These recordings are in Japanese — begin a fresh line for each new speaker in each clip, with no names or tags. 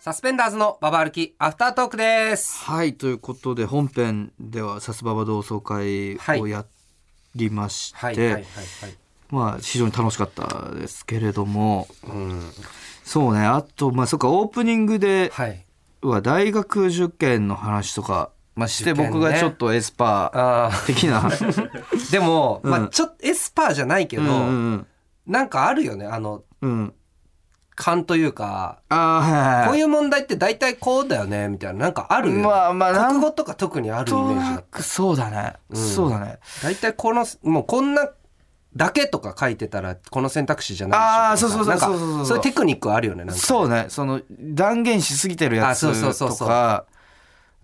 サスペンダーズのババ歩きアフタートークです。
はいということで本編ではサスババ同窓会をやりまして、
はいはいはいはい。
まあ非常に楽しかったですけれども
うん。
そうねあとまあそっかオープニングで
はい。
は大学受験の話とか、まあ、して
受験ね
僕がちょっとエスパ
あ
ー的な、
ー でも、
うん
まあちょっとエスパーじゃないけ
う
ど、
んうん
なんかあるよねあの
うんうん
勘というか、
ああはいはい
こ
は
う
い
いう問題って大体こうだよねみたいななんかあるよね。
まあまあなん
国語とか特にあるイメ
と
ージだ
な。くそうだね、
うん
そうだね
大体このもうこんなだけとか書いてたらこの選択肢じゃない
あー
でしょ
そうそうそう
なんか
そうそうそうそう
そういうテクニックあるよねなんか。
そうねその断言しすぎてるや
あ
つ
そうそうそう
と
そう
か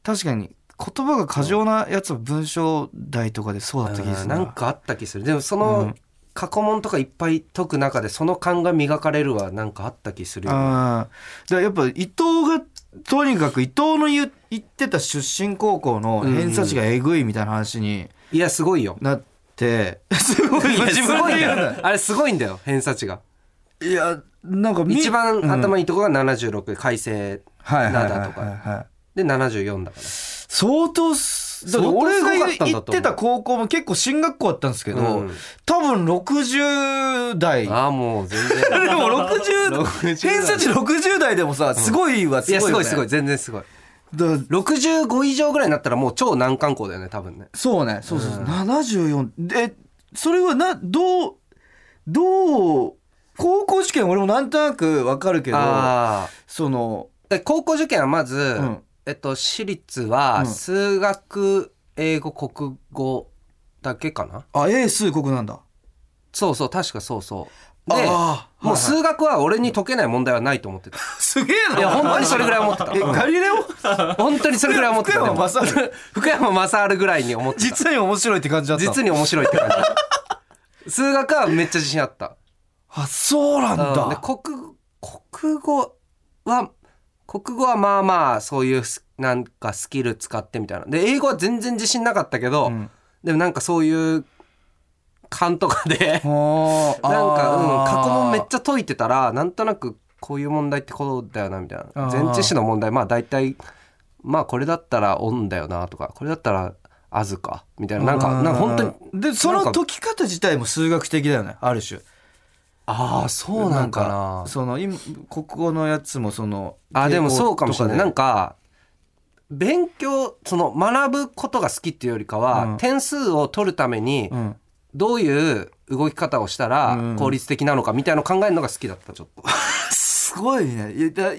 確かに言葉が過剰なやつは文章題とかでそうだった気がす
うん
る
なんかあった気するでもそうの
ん
過去問とかいっぱい解く中でその勘が磨かれるはなんかあった気するよね
ああやっぱ伊藤がとにかく伊藤の言う言ってた出身高校の偏差値がえぐいみたいな話に
いやすごいよ
なって、 すごい
いや
自分
すごい
で言う
んだ
な
よあれすごいんだよ偏差値が
いやなんかみ
一番頭
うん
いいとこが76で改正
はいはいはい
なんだと
はいはい
で74だか
相当すだって
相当
俺
すご
が
かったんだと思う
行ってた高校も結構進学校だったんですけ
ら
ど、
うん
多分60代
ああもう全然
でも60
60
偏差値60代でもさすごいはいす
や
ごい
すご
よ
いすご
ね
い全然すごい
だ
65以上ぐらいになったらもう超難関校だよね多分ね
そうねそうそうそう
うん
74でそれはなどうどう高校試験俺もなんとなくわかるけど
ああ
その
で高校受験はまず、
ん
えっと、私立は
うん
数学、英語国語だけかな
あ英数国なんだ
そうそう確かそうそうで
あー
もう
はい
数学は俺に解けない問題はないと思ってた
はいすげ えない
や本当にそれぐらい思って た
えガリレオ
本当にそれぐらい思ってた
福山雅治
でも福山雅治ぐらいに思ってた実
実に面白いって感じだったの
に面白いって感 じ数学はめっちゃ自信あった
あそうなんだ
うんで国国語は国語はまあまあそういうスなんかスキル使ってみたいなで英語は全然自信なかったけど、
うん
でもなんかそういう勘とかで
はあ
なんか、うん、
あー
過去問めっちゃ解いてたらなんとなくこういう問題ってこうだよなみたい
あ
な
ー
前置詞の問題まあ大体まあこれだったら「オン」だよなとかこれだったら「あず」かみたいななんかなんか本当に
にでその解き方自体も数学的だよねある種
ああそうなんかな
その今国語のやつもその
あでもそうかもしれないなん
か
か勉強その学ぶことが好きっていうよりかは、
うん
点数を取るために
うん
どういう動き方をしたら
うん
効率的なのかみたいなのを考えるのが好きだったちょっと、
すごいねいやだ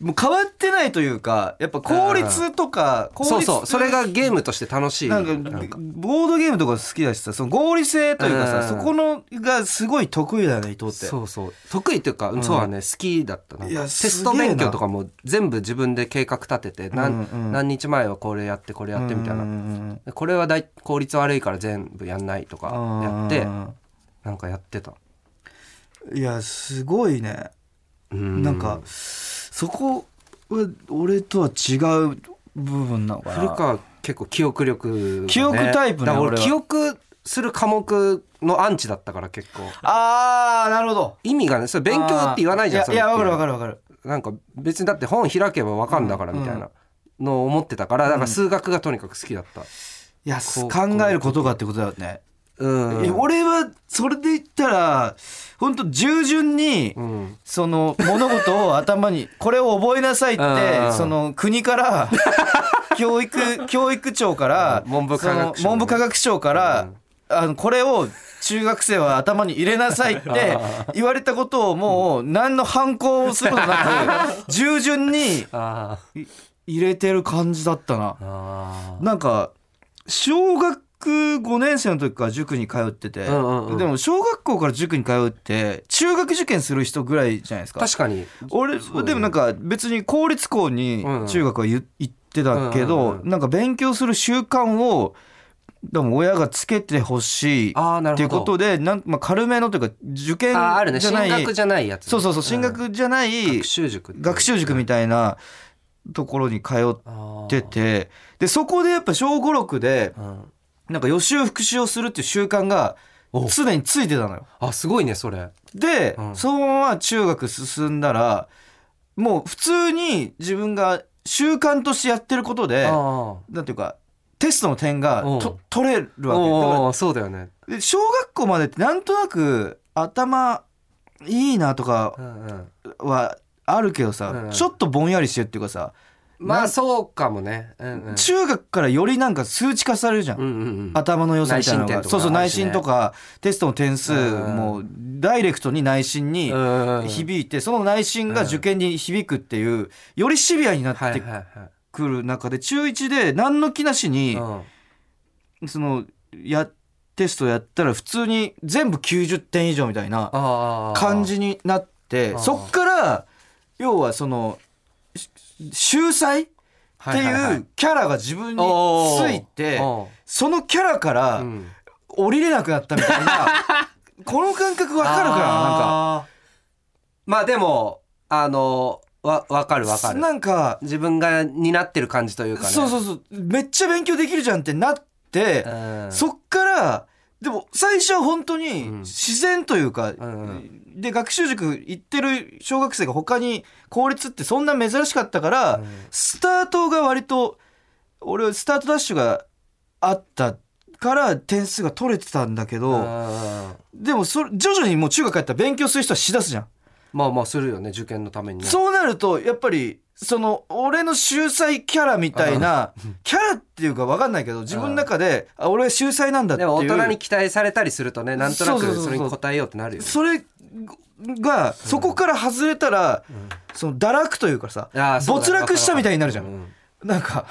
もう変わってないというかやっぱ効率とか効率
そうそうそれがゲームとして楽しい
なんか
なんか
ボードゲームとか好きだしさその合理性というか
うん
さそこのがすごい得意だよね伊藤って
そうそう得意というか、
ん
そうはね好きだったなんか
いや
テス
す
ト
げえな
勉強とかも全部自分で計画立てて、なん
うんうん
何日前はこれやってこれやってみたいな、
な
でこれは大効率悪いから全部やんないとかやってなんかやってた、
ていやすごいね
うん
なんかそこは俺とは違う部分なのかな
古川結構記憶力がね
記憶タイプね
だから俺
俺は
記憶する科目のアンチだったから結構
ああなるほど
意味がねそれ勉強って言わないじゃん
あーいやいやわかるわか
る
るわかる
なんか別にだって本開けばわかんだからみたいなのを思ってたからだから数学がとにかく好きだった
いや
こう
考えることがってことだよ
う
ね、
ん
いや俺はそれで言ったら本当従順に、
うん
その物事を頭にこれを覚えなさいっ
うんうん
てその国から 教育教育庁から
うん文部科学省ね
その文部科学省から、あのこれを中学生は頭に入れなさいって言われたことをもう何の反抗をすることな く従順に
あ
い入れてる感じだったな。
ーあ
なんか小学5年生の時から塾に通ってて、
うんうんうん
でも小学校から塾に通うって中学受験する人ぐらいじゃないです
ー
か
確かに
俺
そうだね
でもなんか別に公立校に
うん
中学はゆ行ってたけど、
うんうんうん
なんか勉強する習慣をでも親がつけてほしいっ
ああな
てい
る
う
ほ
こ
ど
とでなん、まあ、軽めのというか受験じ
あーあるね
ゃ
進
ない
学じゃないやつ
そうそうそう進学じゃない、
学習塾
学習塾みたいなところに通っ
あー
ててでそこでやっぱ小5 6で
うん
なんか予習復習をするっていう習慣が
お
常についてたのよ。
あすごいねそれ
で、
うん
そのまま中学進んだらもう普通に自分が習慣としてやってることで
あ
なんていうかテストの点が
うん
と取れる
あ
わけだから
おーそうだよね、
で小学校までってなんとなく頭いいなとか
うんうん、
はあるけどさ、
うん
ちょっとぼんやりしてるっていうかさ、
ま
な
あそうかもねうんうん
中学からよりなんか数値化されるじゃん、
うんうんうん
頭の良さみたいなの
内申点
が
とか
そうそう
ある
内
しね
心とかテストの点数
うん
もダイレクトに内心に
うん
響いてその内心が受験に響くっていうよりシビアにな
は
っ
い
て
はいはい
くる中で中1で何の気なしに
うん
そのやテストやったら普通に全部90点以上みたいな
あー
感じになって
あー
そっから要はそのし秀才って
はいはいはい
いうキャラが自分に
おー
ついて
おー
そのキャラから
うん
降りれなくなったみたいな この感覚わかるからなんか
あーまあでもあのわ分かる分かる
なんか
自分が担ってる感じというかね
そうそうそうめっちゃ勉強できるじゃんってなって
うん
そっからでも最初は本当に
うん
自然というか、
んう
で学習塾行ってる小学生が他に公立ってそんな珍しかったから、
うん
スタートが割と俺はスタートダッシュがあったから点数が取れてたんだけ
う
ど、
ん
でもそれ徐々にもう中学帰ったら勉強する人はしだすじゃん。
まあまあするよね受験のためにね
そうなるとやっぱりその俺の秀才キャラみたいなキャラっていうか分かんないけど自分の中であ俺は秀才なんだっ
で
ていう
も大人に期待されたりするとねなんとな
そうそう
く
そう
そ
そう
れに応えようってなるよね
それがそこから外れたらその堕落というかさ
あーそうだ
没
ね
落したみたいになるじゃ
うんん
なんか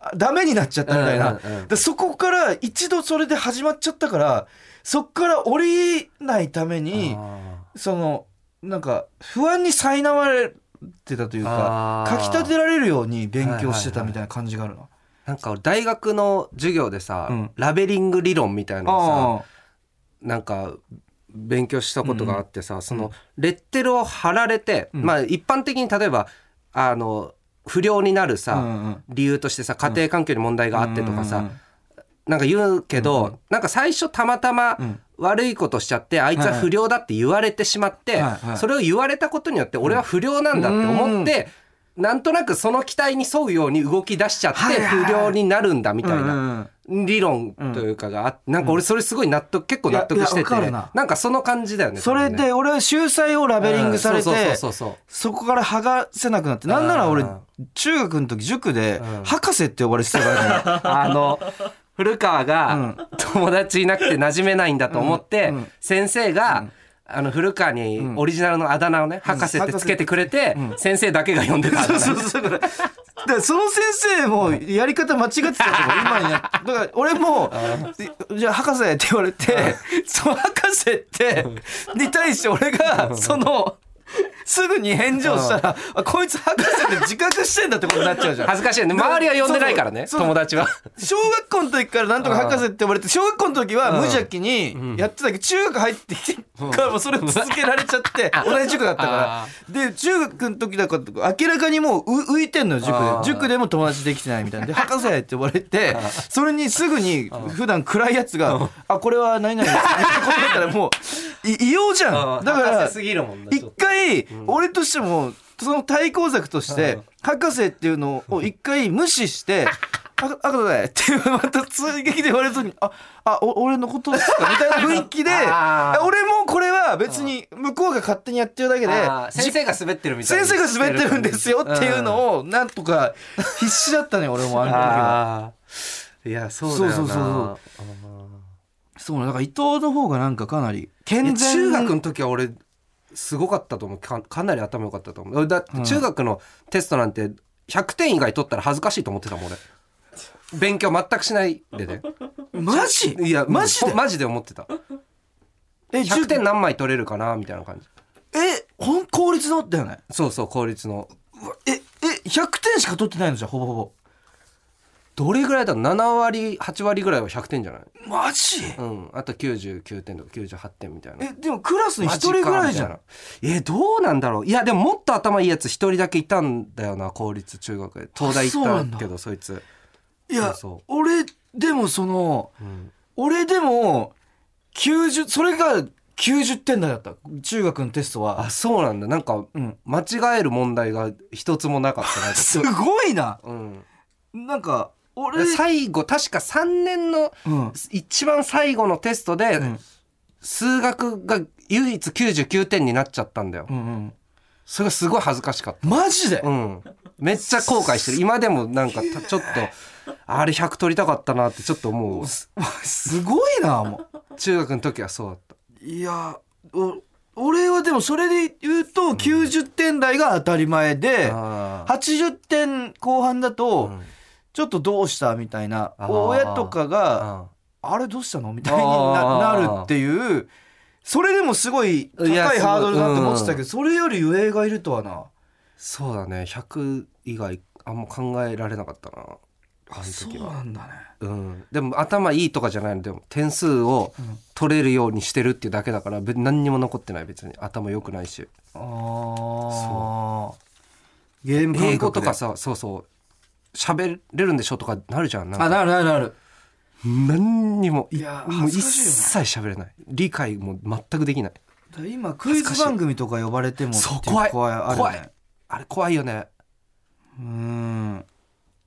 あダメになっちゃったみたいな
うんうんうん
でそこから一度それで始まっちゃったからそっから降りないために
あ
そのなんか不安に苛まれてたというか
あ
か
ー
きたてられるように勉強してたみたいな感じがあるの。
ーなんか俺大学の授業でさ、
うん
ラベリング理論みたいなのさ
あ
なんか勉強したことがあってさ、そのレッテルを貼られて、まあ一般的に例えばあの不良になるさ、
あうんうん
理由としてさ家庭環境に問題があってとかさ、
うんうんうん
なんか言うけど、なんか最初たまたま
ん
悪いことしちゃって、あいつは不良だって言われてしまって、
はいはい
それを言われたことによって俺は不良なんだって思って、なんとなくその期待に沿うように動き出しちゃって
はいはい
不良になるんだみたい
うん
な。
うんうん
理論というかがあなんか俺それすごい納得結構納
い
得
や
して
いやわか
て
るな
なんかその感じだよね
それ
多分ね
で俺は秀才をラベリングされて、
うんそうそうそうそう
そこから剥がせなくなってなんなら俺
うん
中学の時塾で
うん
博士って呼ばれてたから ね
あの古川が友達いなくて馴染めないんだと思って、
うんうん
先生が、あの古川にオリジナルのあだ名をね、博士ってつけてくれて、先生だけが呼んでたあだ名
そうそうだからだからその先生もやり方間違って たとか今になってだから俺も「じゃあ博士」って言われてその博士ってに対して俺がそのすぐに返事をしたらあこいつ博士って自覚してんだってことになっちゃうじゃん
恥ずかしいよね周りは呼んでないからね
そうそう
友達は
小学校の時からなんとか博士って呼ばれて小学校の時は無邪気にやってたけど中学入ってきてからも それを続けられちゃって同じ塾だったか
あ
らで中学の時だから明らかにもうう浮いてんのよ塾
あー
で塾でも友達できてないみたい なで博士って呼ばれてそれにすぐに普段暗いやつが「あこれは何々です」ってことだったらもうい異様じゃんだか ら
博士すぎるもんなちょ
一
っと
回俺としてもその対抗策として博士っていうの を一回無視して「あ博士」っていうまた追撃で言われるとに「ああお俺のことですか?」みたいな雰囲気で
あー
俺もこれは別に向こうが勝手にやってるだけで
あー先生が滑ってるみたい
先
な
生が滑ってるんですよっていう
を、
のをなんとか必死だ ったね俺もあ
うん
の時は。
あーいやそうだよな
そうそうそうそうねだから伊藤の方がなんかかなり
いや
健全
中学の時は俺すごかったと思うかかなり頭良かったと思うだって中学のテストなんて100点以外取ったら恥ずかしいと思ってたもん俺勉強全くしないでね
マジ
いや
マジで
ほマジで思ってた
え
100点何枚取れるかなみたいな感じ
えほん公立のだよね
そうそう公立の
ええ100点しか取ってないのじゃんほぼほぼ
どれぐらいだろう7割8割ぐらいは100点じゃない
マジ
うんあと99点とか98点みたいな
えでもクラスに一
マジ
人
か
ぐらいじゃ
み
ん
たいなえどうなんだろういやでももっと頭いいやつ一人だけいたんだよな公立中学で東大
あそうな
行
ん
っ
だ
たけどそいつ
いや
そうそ
俺でもその
うん
俺でも90それが90点台だった中学のテストは
あそうなんだなんか
うん
間違える問題が一つもなかったな
すごいな
うん、
なんか俺、
最後確か3年の
うん
一番最後のテストで、
うん
数学が唯一99点になっちゃったんだよ、
うんうん、
それがすごい恥ずかしかっ
マジで、
た、うん、めっちゃ後悔してる今でもなんかたちょっとあれ100取りたかったなってちょっと思う
すすごいなも
中学の時はそうだった
ういやお俺はでもそれで言うと90点台が当たり前で、
あー
80点後半だと
うん
ちょっとどうしたみたいな、
あー
親とかが「あれどうしたの?」みたいにな
あー
なるっていうそれでもすごい高い
いやすごい
ハードルだって思ってたけどそれより上がいるとはな
そうだね100以外あんま考えられなかったなあの
そう
時
な
は
んだね
うん、でも頭いいとかじゃないのでも点数を
うん
取れるようにしてるっていうだけだからべ何にも残ってない別に頭良くないし
ああゲーム感覚で
英語とかさそうそう喋れるんでしょとかなるじゃんなん
あ
か
なるなるなる
何にもい
いやー
もう
恥
一
ずかしいよ
切喋
ね
れない理解も全くできない
だから今クイズ番組とか呼ばれても
そう
っていう
怖い
怖いあるよ
怖
ね
いあれ怖いよね
うーん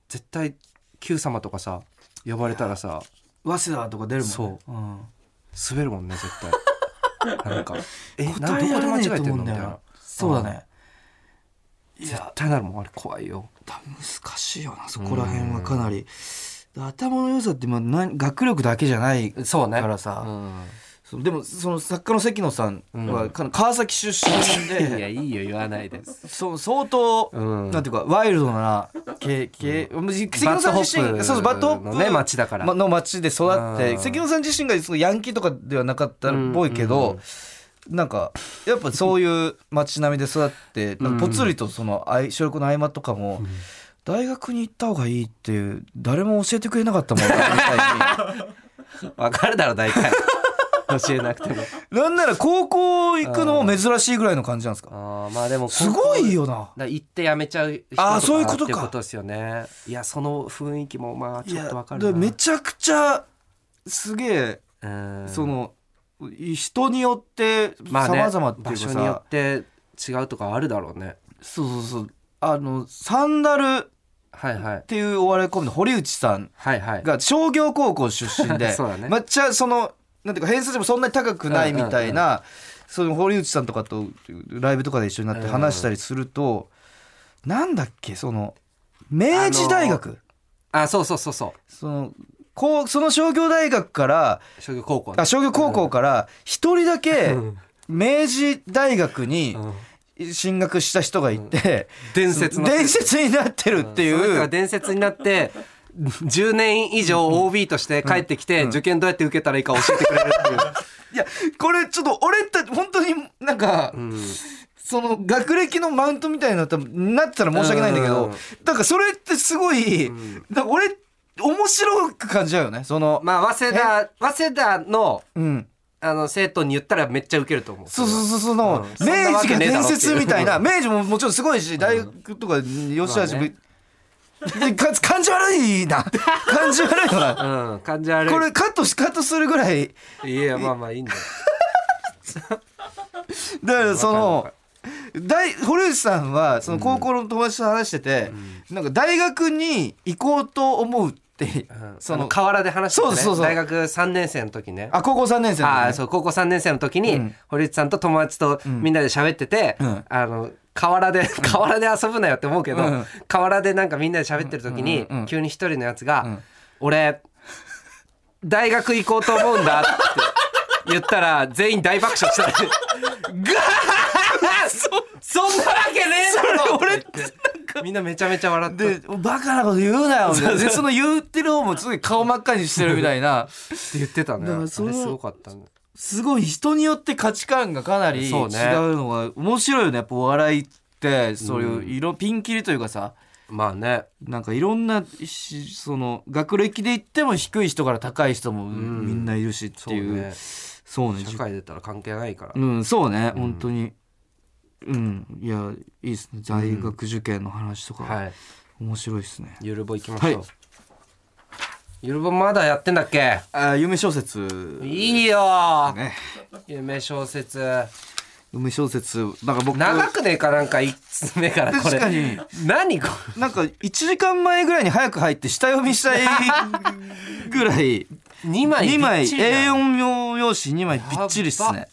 絶対 Q 様とかさ呼ばれたらさ
早稲田とか出るもんね
そ
うん
滑るもんね絶 対なんかえな
答
ど
え
こで
られ
間
ね
違
え
え
と
て
思
んのみたい
うんだよ
な
なそうだねい
絶
や
対なるもんあれ怖いよ
だ難しいよなそこら辺はかなり頭の良さってまあなん学力だけじゃない
そうね
から
う
さ、
ん
そうでもその作家の関野さん
う
は
ん
かな川崎出身 で、
いやいいよ言わないです
そう相当、
うん
なんていうかワイルドなけけ、うん、関野さん自身
バッドホップ
そうそうバッドホップ
のね町だから
まの町で育っ
う
て
ん
関野さん自身がそのヤンキーとかではなかったっぽいけど、なんかやっぱそういう町並みで育ってなんかぽつりとそのあい収録の合間とかも。大学に行った方がいいっていう誰も教えてくれなかったもんなみ たい
わかるだろ大 体教えなくても
になんなら高校行くのも珍しいぐらいの感じなんですか
あーまあでも
すごい
よ
よな
だから行ってやめちゃう人と
あー
か
そういうことか
ってことですよねいやその雰囲気もまあ
い
ちょっ
や
とわか
だ
る
ら
な
めちゃくちゃすげえ、
うん
その人によって
まあね
様々っていう
場
か
所
さ、
によって違うとかあるだろうね
そうそうそうあのサンダルっ
はいはい
ていうお笑いコンビの堀内さん
はいはい
が商業高校出身 で
そうだね
まっちゃそのなんていうか偏差値もそんなに高くないみたいな、その堀内さんとかとライブとかで一緒になって話したりすると、なんだっけその明治大学、
あそうそうそうそ
そのこうその商業大学から
う商業高校ね
あ商業高校から一人だけ
うん
明治大学に
うん
進学した人がいて、
伝説の
伝説になってるってい
その人
う、
が伝説になって10年以上 OB として帰ってきて受験どうやって受けたらいいか教えてくれるっていう
いやこれちょっと俺って本当になんか、その学歴のマウントみたいになったなってたら申し訳ないんだけど、
うん
なんかそれってすごい、なんか俺面白く感じちゃうよねその、
まあ早稲田早稲田の
うん。
あの生徒に言ったらめっちゃウケると思う
そうそうそうその、
うんそんな
明
わ
治
け
が
ねえだろ
伝
っていう
説みたいな明治ももちろんすごいし大学とか吉橋
まあね
でか感じ悪いな感じ悪いのな
うん感じ悪い
これカットしカットするぐらい
いやまあまあいいんだよ
だからそ
わか
の
る
大堀内さんはその高校の友達と話してて、なんか大学に行こうと思うって、
うん
そ
その
の
河原で話してたね
そうそうそう
大学3年生の時ね
あ高校3年生の時ね
ああそう高校3年生の時
う
に
ん
堀内さんと友達とみんなで喋ってて、
うん
あの河原で河原で遊ぶなよって思うけど、
うん
河原でなんかみんなで喋ってる時に
うんうんうん
急に一人のやつが「
ん
俺大学行こうと思うんだ」って言ったら全員大爆笑 したねガーそそんなわけねえだろって言ってみんなめちゃめちゃ笑って
でバカなこと言うなよみたいなでその言ってる方もすごい顔真っ赤にしてるみたいな
って言ってたね
だ
あ
から
れ
そ
す
の
ごかったね
すごい人によって価値観がかなり違う
そうね
のが面白いよねやっぱお笑いってそういう色、ピンキリというかさ
まあね
なんかいろんなしその学歴で言っても低い人から高い人も
ん
みんないるしって
そう
いう、
ね
そうね
社会出たら関係ないから、
うんそうね、本当にうんいやいいですね大学受験の話とか、
はい
面白いですね
ゆるぼ行きましょう、
はい
ゆるぼまだやってんだっけ
あ夢小説
いいよ、
ね
夢小説
夢小説なんか僕
長くねえかなんか1つ目からこれ
確かに
何こ
なんか1時間前ぐらいに早く入って下読みしたいぐらい
れ2枚
2枚
びっちりだ
A4 用用紙2枚びっちりっす
やば
ね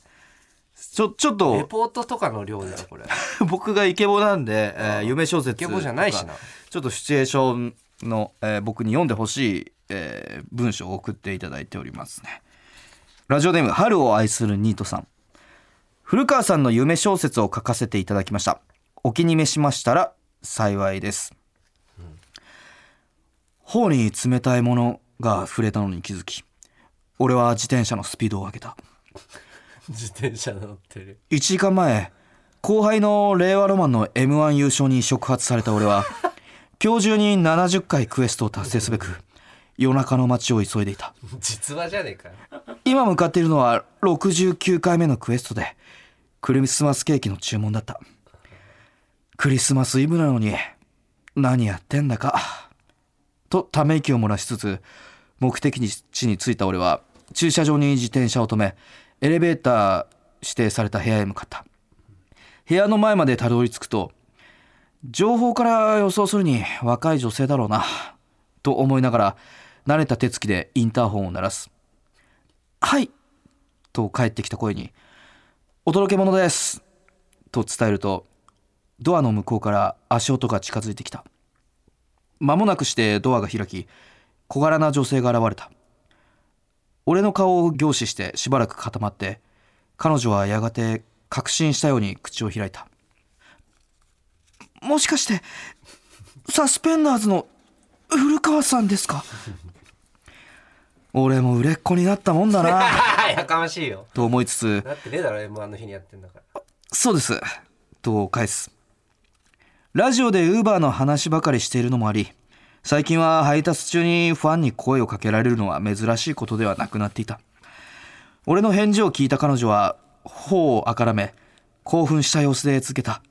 ちょちょっ
レ
と
ポートとかの量だよ これ
僕がイケボなんで、えー夢小説
イケボじゃないしな
とかちょっとシチュエーションの、えー僕に読んでほしい、えー文章を送っていただいておりますねラジオネーム春を愛するニートさん古川さんの夢小説を書かせていただきましたお気に召しましたら幸いです、頬に冷たいものが触れたのに気づき俺は自転車のスピードを上げた
自転車乗ってる
1時間前後輩の令和ロマンの m 1優勝に触発された俺は今日中に70回クエストを達成すべく夜中の街を急いでいた
実話じゃねえ かよ
今向かっているのは69回目のクエストでクリスマスケーキの注文だったクリスマスイブなのに何やってんだかとため息を漏らしつつ目的地に着いた俺は駐車場に自転車を止めエレベーター指定された部屋へ向かった部屋の前までたどり着くと情報から予想するに若い女性だろうなと思いながら慣れた手つきでインターホンを鳴らすはい。と帰ってきた声に、お届け物です。と伝えると、ドアの向こうから足音が近づいてきた。間もなくしてドアが開き、小柄な女性が現れた。俺の顔を凝視してしばらく固まって、彼女はやがて確信したように口を開いた。もしかして、サスペンダーズの古川さんですか俺も売れっ子になったもんだな。
やかましいよ
と思いつつ
なってねえだろ m 1の日にやってんだから
「そうです」と返すラジオでウーバーの話ばかりしているのもあり最近は配達中にファンに声をかけられるのは珍しいことではなくなっていた俺の返事を聞いた彼女は頬をあからめ興奮した様子で続けた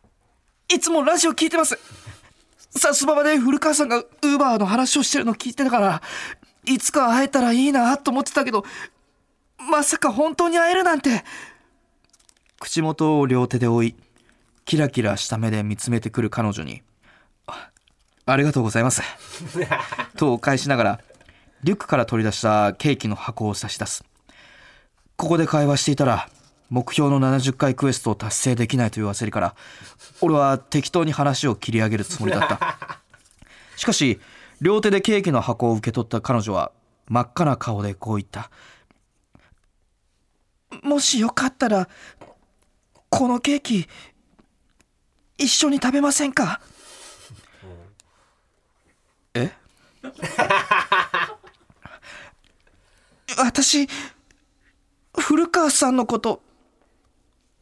「いつもラジオ聞いてますさすばばで古川さんがウーバーの話をしてるの聞いてたからいつか会えたらいいなと思ってたけどまさか本当に会えるなんて」口元を両手で覆いキラキラした目で見つめてくる彼女に「あありがとうございます」とお返しながらリュックから取り出したケーキの箱を差し出すここで会話していたら目標の70回クエストを達成できないという焦りから俺は適当に話を切り上げるつもりだったしかし両手でケーキの箱を受け取った彼女は真っ赤な顔でこう言った「もしよかったらこのケーキ一緒に食べませんか、え私古川さんのこと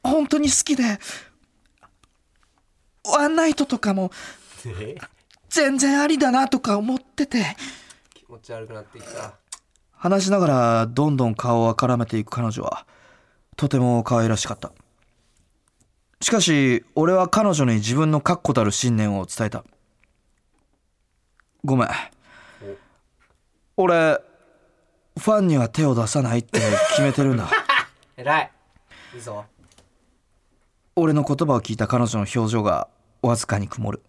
本当に好きでワンナイトとかも全然ありだなとか思ってて
気持ち悪くなってきた
話しながらどんどん顔をあからめていく彼女はとても可愛らしかったしかし俺は彼女に自分の確固たる信念を伝えたごめん俺ファンには手を出さないって決めてるんだ
偉いいいぞ
俺の言葉を聞いた彼女の表情がわずかに曇る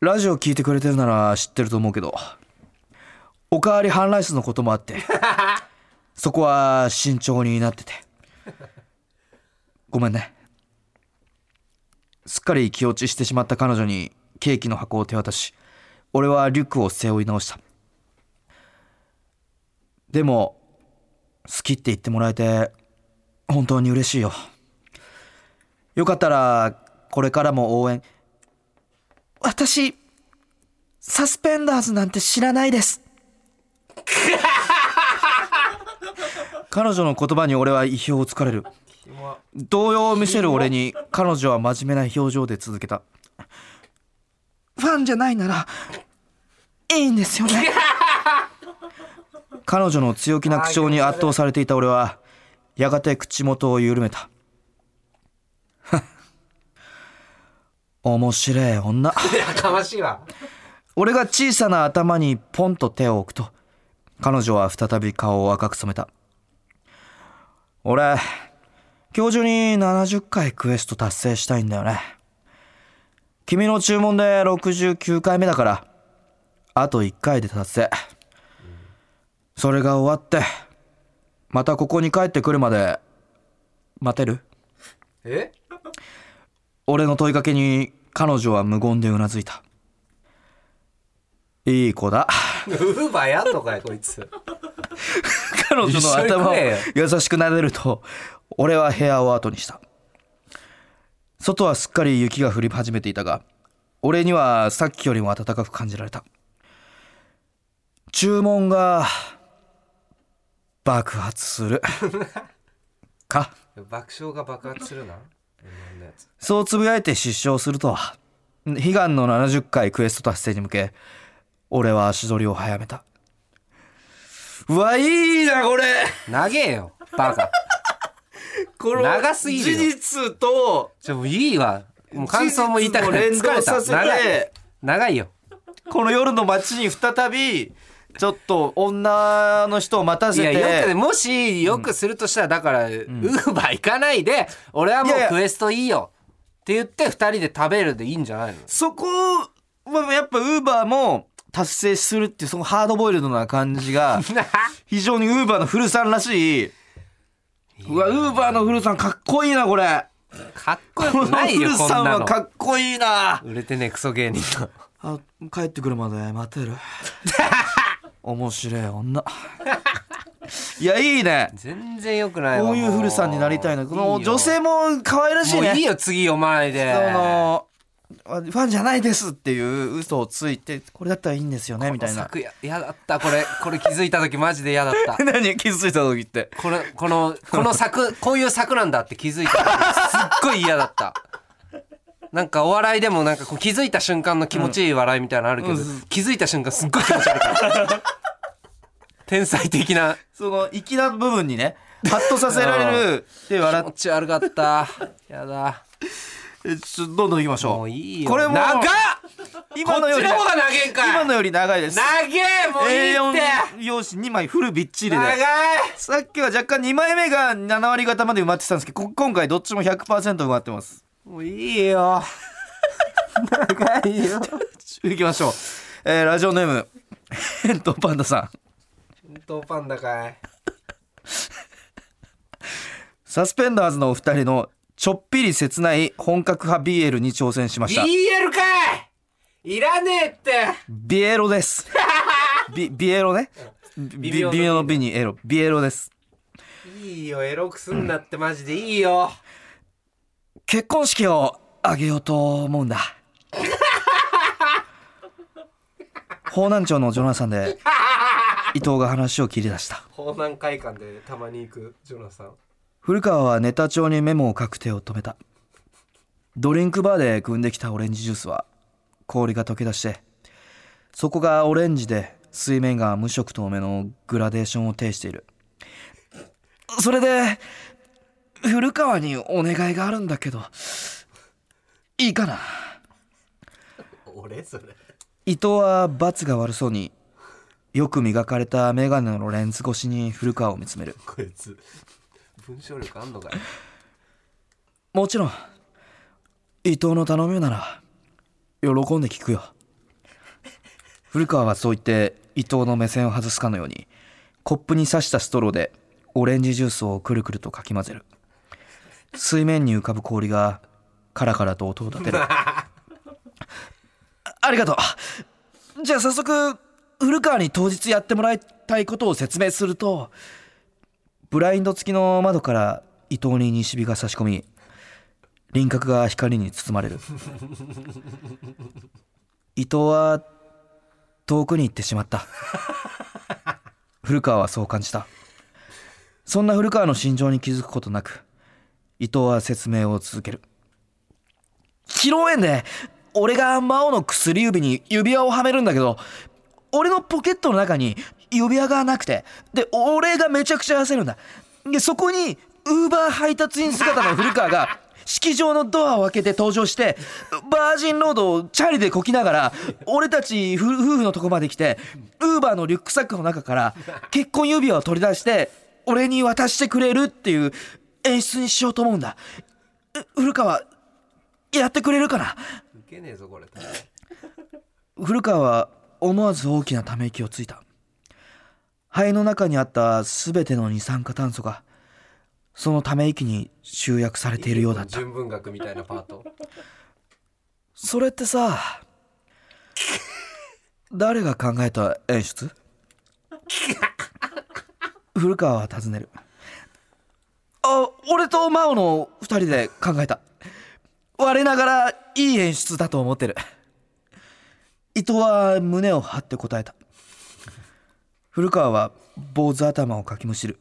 ラジオ聞いてくれてるなら知ってると思うけどおかわりハンライスのこともあってそこは慎重になっててごめんねすっかり気落ちしてしまった彼女にケーキの箱を手渡し俺はリュックを背負い直したでも好きって言ってもらえて本当に嬉しいよよかったら、これからも応援。私、サスペンダーズなんて知らないです。彼女の言葉に俺は意表をつかれる。
キ モ
動揺を見せる俺に彼女は真面目な表情で続けたファンじゃないならいいんですよね彼女の強気な口調に圧倒されていた俺はやがて口元を緩めた 面白い女
やかましいわ
俺が小さな頭にポンと手を置くと彼女は再び顔を赤く染めた俺今日中に70回クエスト達成したいんだよね君の注文で69回目だからあと1回で達成それが終わってまたここに帰ってくるまで待てる
え
俺の問いかけに彼女は無言でうなずいたいい子だ
ウーバーやんのかいこいつ
彼女の頭を
一緒に食えよ
優しく撫でると俺は部屋を後にした外はすっかり雪が降り始めていたが俺にはさっきよりも暖かく感じられた注文が爆発す るか
爆笑が爆発するな今のやつ
そうつぶやいて失笑するとは悲願の70回クエスト達成に向け俺は足取りを早めたうわいいなこれ
長えよバカ
この
長すぎるよ
事実と
ちょもういいわもう感想も言いたくない
事実も連動させて
長い長いよ
この夜の街に再びちょっと女の人を待た
い
せ
や
て
よくねもしよくするとしたらだから、ウーバー行かないで俺はもう
いやいや
クエストいいよって言って2人で食べるでいいんじゃないの
そこはやっぱウーバーも達成するっていうそのハードボイルド な感じが 非常にウーバーのフルさんらしいうわウーバーのフルさんかっこいいなこれ
かっこよ
この
く
フ
ないよ
ル
こん
さん
な
は
の
かっこいいな
売れてねえクソ芸人の
あ帰ってくるまで待 てる面白い女いやいいね
全然よく ないわ
こういうフルさんになりたいなこの女性
も
も可愛らし
い
い
いよ
ね
もういいよ次読まないで
そのファンじゃないですっていう嘘をついてこれだったらいいんですよねみたいな
昨夜嫌だったこれこれ気づいた時マジで嫌だった
何気づいた時って
これこのこの作こういう作なんだって気づいた時すっごい嫌だったなんかお笑いでもなんかこう気づいた瞬間の気持ちいい笑いみたいなのあるけど、
うん
気づいた瞬間すっごい気持ち悪かった 天才的な
その粋な部分にねハッとさせられるで笑
気持ち悪かったやだ
ってちょどんどんいきましょう
もういいよ
これも
長っ
今のより
こっちの方が長えんかい
今のより長いです
長えもういいって
A4 用紙2枚フルびっちりで
長い
さっきは若干2枚目が7割方まで埋まってたんですけどこ今回どっちも100%埋まってます
もういいよ長い よ
いきましょう、えーラジオネーム えっとパンダさん
トパンダかい
サスペンダーズのお二人のちょっぴり切ない本格派 BL に挑戦しました
BL かいいらねえって
ビエ ロですビビエロねビ
微妙
ビ
な
ビエロのビにエロビエロです
いいよエロくすんなってマジでいいよ
結婚式をあげようと思う んだ法南町のジョナサンで伊藤が話を切り出した
法南会館でたまに行くジョナさん
古川はネタ帳にメモを書く手を止めたドリンクバーで汲んできたオレンジジュースは氷が溶け出してそこがオレンジで水面が無色透明のグラデーションを呈しているそれで古川にお願いがあるんだけどいいかな
俺それ
伊藤は罰が悪そうによく磨かれた眼鏡のレンズ越しに古川を見つめる
こいつ文章力あんのかい
もちろん伊藤の頼みなら喜んで聞くよ古川はそう言って伊藤の目線を外すかのようにコップに刺したストローでオレンジジュースをくるくるとかき混ぜる水面に浮かぶ氷がカラカラと音を立てる ありがとうじゃあ早速古川に当日やってもらいたいことを説明するとブラインド付きの窓から伊藤に西日が差し込み輪郭が光に包まれる伊藤は遠くに行ってしまった古川はそう感じたそんな古川の心情に気づくことなく伊藤は説明を続ける披露宴で俺が魔王の薬指に指輪をはめるんだけど俺のポケットの中に指輪がなくてで俺がめちゃくちゃ焦るんだでそこにウーバー配達員姿の古川が式場のドアを開けて登場してバージンロードをチャリでこきながら俺たち夫夫婦のとこまで来てウーバーのリュックサックの中から結婚指輪を取り出して俺に渡してくれるっていう演出にしようと思うんだう古川やってくれるかな
受けねえぞこれ
古川は思わず大きなため息をついた肺の中にあった全ての二酸化炭素がそのため息に集約されているようだった
純文学みたいなパート
それってさ誰が考えた演出古川は尋ねるあ俺と真央の2人で考えた我ながらいい演出だと思ってる伊藤は胸を張って答えた古川は坊主頭をかきむしる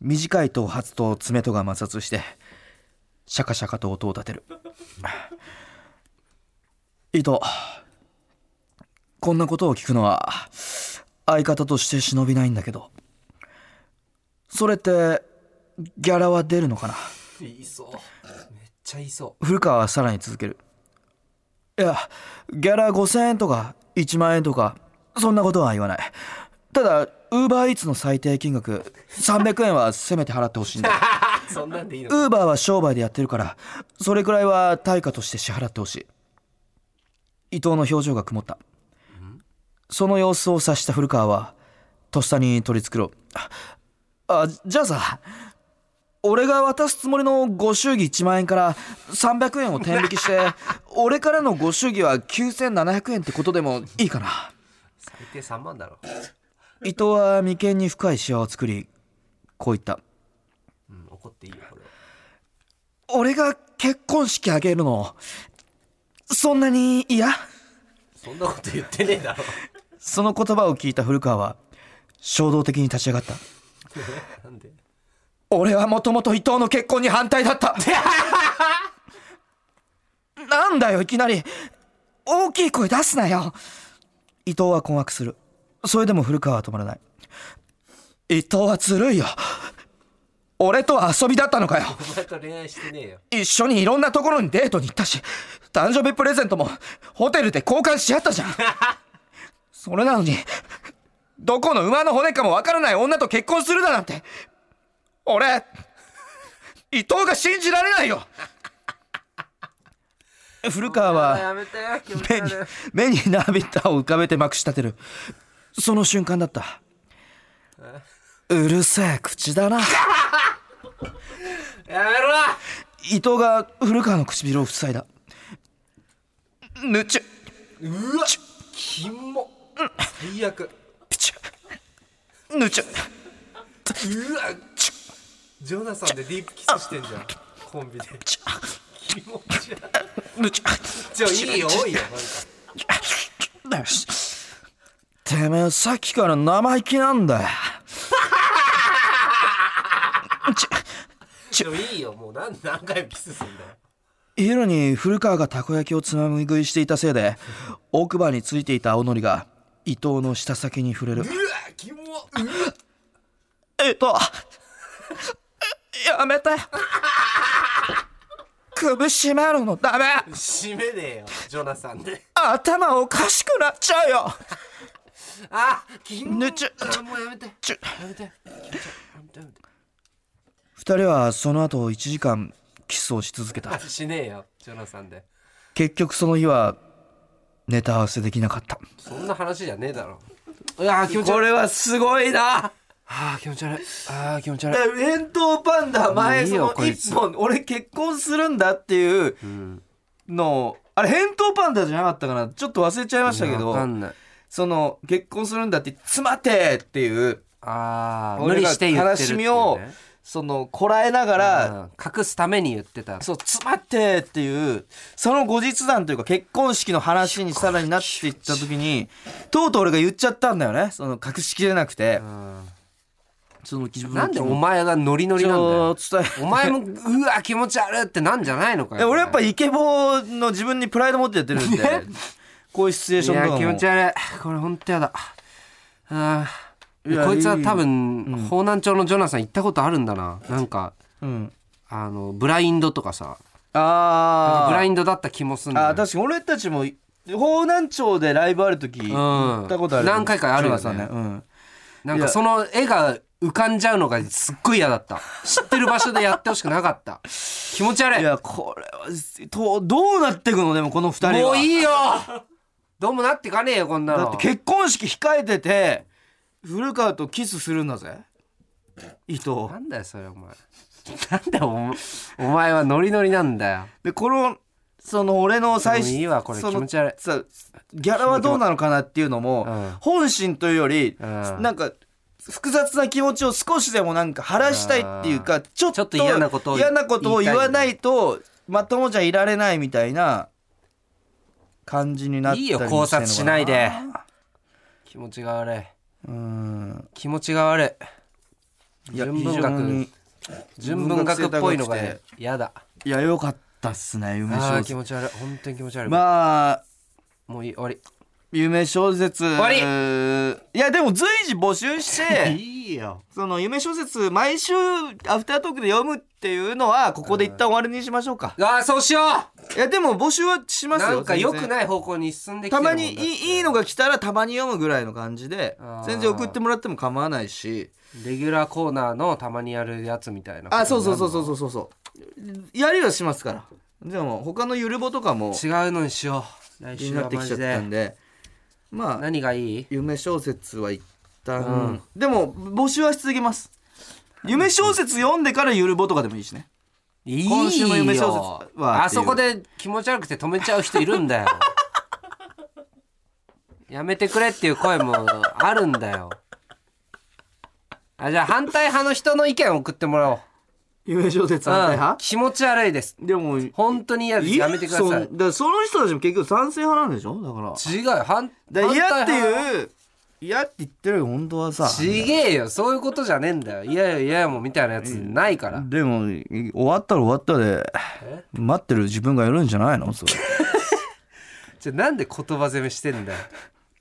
短い頭髪と爪とが摩擦してシャカシャカと音を立てる伊藤こんなことを聞くのは相方として忍びないんだけどそれってギャラは出るのかない
そうめっちゃいそう
古川はさらに続けるいやギャラ5,000円とか1万円とかそんなことは言わないただウーバーイーツの最低金額300円はせめて払ってほしいんだ
そんなんでいいのか
ウーバーは商売でやってるからそれくらいは対価として支払ってほしい伊藤の表情が曇ったその様子を察した古川はとっさに取り繕うあじゃあさ俺が渡すつもりのご祝儀1万円から300円を転引きして俺からのご祝儀は9700円ってことでもいいかな
最低3万だろ
伊藤は眉間に深いシワを作りこう言った
うん怒っていいよこれ
俺が結婚式あげるのそんなに嫌
そんなこと言ってねえだろ
その言葉を聞いた古川は衝動的に立ち上がった
なんで
俺はもともと伊藤の結婚に反対だった なんだよいきなり大きい声出すなよ伊藤は困惑するそれでも古川は止まらない伊藤はずるいよ俺とは遊びだったのかよ
お前と恋愛してねえよ
一緒にいろんなところにデートに行ったし誕生日プレゼントもホテルで交換し合ったじゃん それなのにどこの馬の骨かもわからない女と結婚するだなんて俺伊藤が信じられないよ 古川は
やめてよ気持ち
目
悪
に
い
目に涙を浮かべてまくし立てるその瞬間だ ったうるせえ口だな
やめろ
伊藤が古川の唇を塞いだぬちゅ
うわキモ最悪
ピチュぬちゅ
うわちょジョナサンでディープキスしてんじゃんコンビで
ちゅ
気持ち悪い
ぬちゅ
ちょいいよ多いよなんか
よし。てめえさっきから生意気なんだよ
ちょいいよもう何何回もキスすんだよ
夜に古川がたこ焼きをつまみ食いしていたせいで奥歯についていた青のりが伊藤の舌先に触れる
うわキモうわ
えっと、や めて。首絞めるのダメ。
締めねえよジョナサンで
頭おかしくなっちゃうよ。
あキモ
ねちょ
あもうやめて
ちょ
やめてやめてやめて
二人はその後1時間キスをし続け
あ
た。
しねえよジョナサンで
結局その日はネタ合わせできなかった。
そんな話じゃねえだろうわ気持ち悪い
れはすごいな。
あー気持ち悪いあー気持ち悪い
扁桃パンダ前
いい
そ
よ
の
こいつ
一本俺結婚するんだっていうのあれ扁桃パンダじゃなかったかなちょっと忘れちゃいましたけど
わかんない
その結婚するんだって「つまて!」っていう
あー無
俺
理
が
して言ってる
悲
ってい
し
うね
みをそのこらえながら
うん隠すために言ってた
そう「つまて!」っていうその後日談というか結婚式の話にさらになっていった時にとうとう俺が言っちゃったんだよねその隠しきれなくて
うん
その自分の
なんでお
気持
前がノリノ
ち
リなんだ
を
よ
伝え
お前もうわ気持ち悪いってなんじゃないのか
え
よ
俺やっぱイケボーの自分にプライド持ってやってるんで
ね
こういうシチュエー
い
ションとか
や
も
気持ち悪いこれ本当やだあー
いや
こいつはい
い
多分方南町のジョナさん行ったことあるんだななんか
うん
あのブラインドとかさ
あ
ブ
ー
ラインドだった気もすんだよ
あー確かに俺たちも方南町でライブある時行ったことある、
何回かあるよね
中学さんうん
なん
い
か
や
その絵が浮かんじゃうのがすっごい嫌だった知ってる場所でやってほしくなかった気持ち悪い
いやこれはどうどうなってくのでもこの2人は
もういいよどうもなってかねえよこんなの
だって結婚式控えてて古川とキスするんだぜ伊藤
なんだよそれお前なんだよお前お前はノリノリなんだよ
でこのその俺の
も
最
う
初
いいわこれ
その
気持ち悪い
さギャラはどうなのかなっていうのも、
うん
本心というより、
うん
なんか複雑な気持ちを少しでもなんか晴らしたいっていうか、ちょっ
ちょ
と
っと嫌なことを
嫌なことを
言いたい
言
んだ
わないとまともじゃいられないみたいな感じになった
い
り
い
も
よ
してんのか
考察しないで気持ちが悪い
うん
気持ちが悪い
いや
純文学純文学っぽいのがね嫌だ
いやよかったっすね夢
あー気
小説
持ち悪い本当に気持ち悪い、
まあ
もういい終わり
夢小説終
わり
いやでも随時募集して
いいよ
その夢小説毎週アフタートークで読むっていうのはここで一旦終わりにしましょうか
ああそうしよう
いやでも募集はしますよ
なんか良く
い
ない方向に進んできて
た
るもん
まにいいいいのが来たらたまに読むぐらいの感じで
あー
全然送ってもらっても構わないし
レギュラーコーナーのたまにやるやつみたいな
あそうそうそうそうそうそうそうやりはしますからでも他のゆるぼとかも
違うのにしよう来
気に
週
なっ
は
て
マ
きちゃ
ジ
ったん
で
でまあ
何がいい
夢小説は一旦、
うん
でも募集はし続けます夢小説読んでからゆるぼとかでもいいしね
いいよ
今週の夢小説は
あそこで気持ち悪くて止めちゃう人いるんだよ やめてくれっていう声もあるんだよあじゃあ反対派の人の意見を送ってもらおう
夢小説反
う
対
ん
派、
気持ち悪いです
でもい
本当に嫌ですやめてくだ
そん
さ
だ
い
からその人たちも結局賛成派なんでしょだから
違うよ反
だから嫌って
反対派
いう嫌って言ってるよ本当はさ
ちげえよそういうことじゃねえんだよいやいやいやもみたいなやつないから
でもい終わったら終わったで
え
待ってる自分がいるんじゃないのそれ
じゃあなんで言葉攻めしてんだよ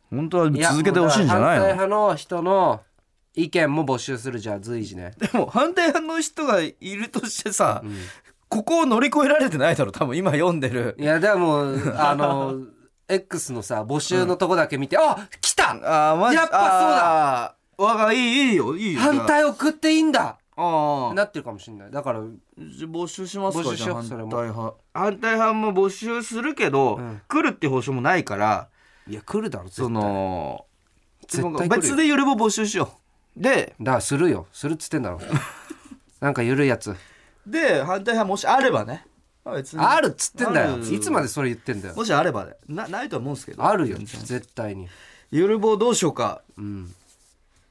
本当はい
や
続けてほしいんじゃない
もうだ
の
から反対派の人の意見も募集するじゃあ随時ね
でも反対派の人がいるとしてさ、
ん
ここを乗り越えられてないだろ多分今読んでる
いやでも あの X のさ募集のとこだけ見て、あ来た
あーマジ
やっぱそうだ
あーわがいいいいよいいよ
反対送っていいんだ
ああ
なってるかもしんないだから
募集します
募
か
集し
じゃ
よう
あ反
それ
対
も
派反対派も募集するけど、
うん
来るって保証もないから
いや来るだろ絶対
その
絶対来るよ
別でゆるぼ募集しようで
だからするよするっつってん だろなんかゆるいやつ
で反対派もしあればね別に
あるっつってんだ
あ
よ
る
いつまでそれ言ってんだよ
もしあればでなないとは思うんですけど
あるよ絶対に
ゆるぼどうしようか
うん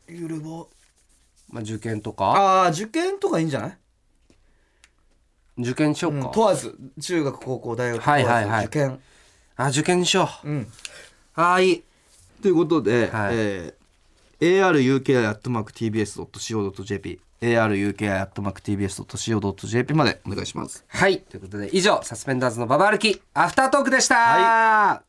ゆるぼ
まあ受験とか
ああ受験とかいいんじゃない
受験しよう
うん
か、
問わず中学高校大学
はいはい
問
は
わ
い
ず受験
あ受験にしよう
うん
ああいい
ということで、
はい
えー、aruki.tbs.co.jp aruki.tbs.co.jp までお願いします。
はいということで以上サスペンダーズのババ歩きアフタートークでした、
は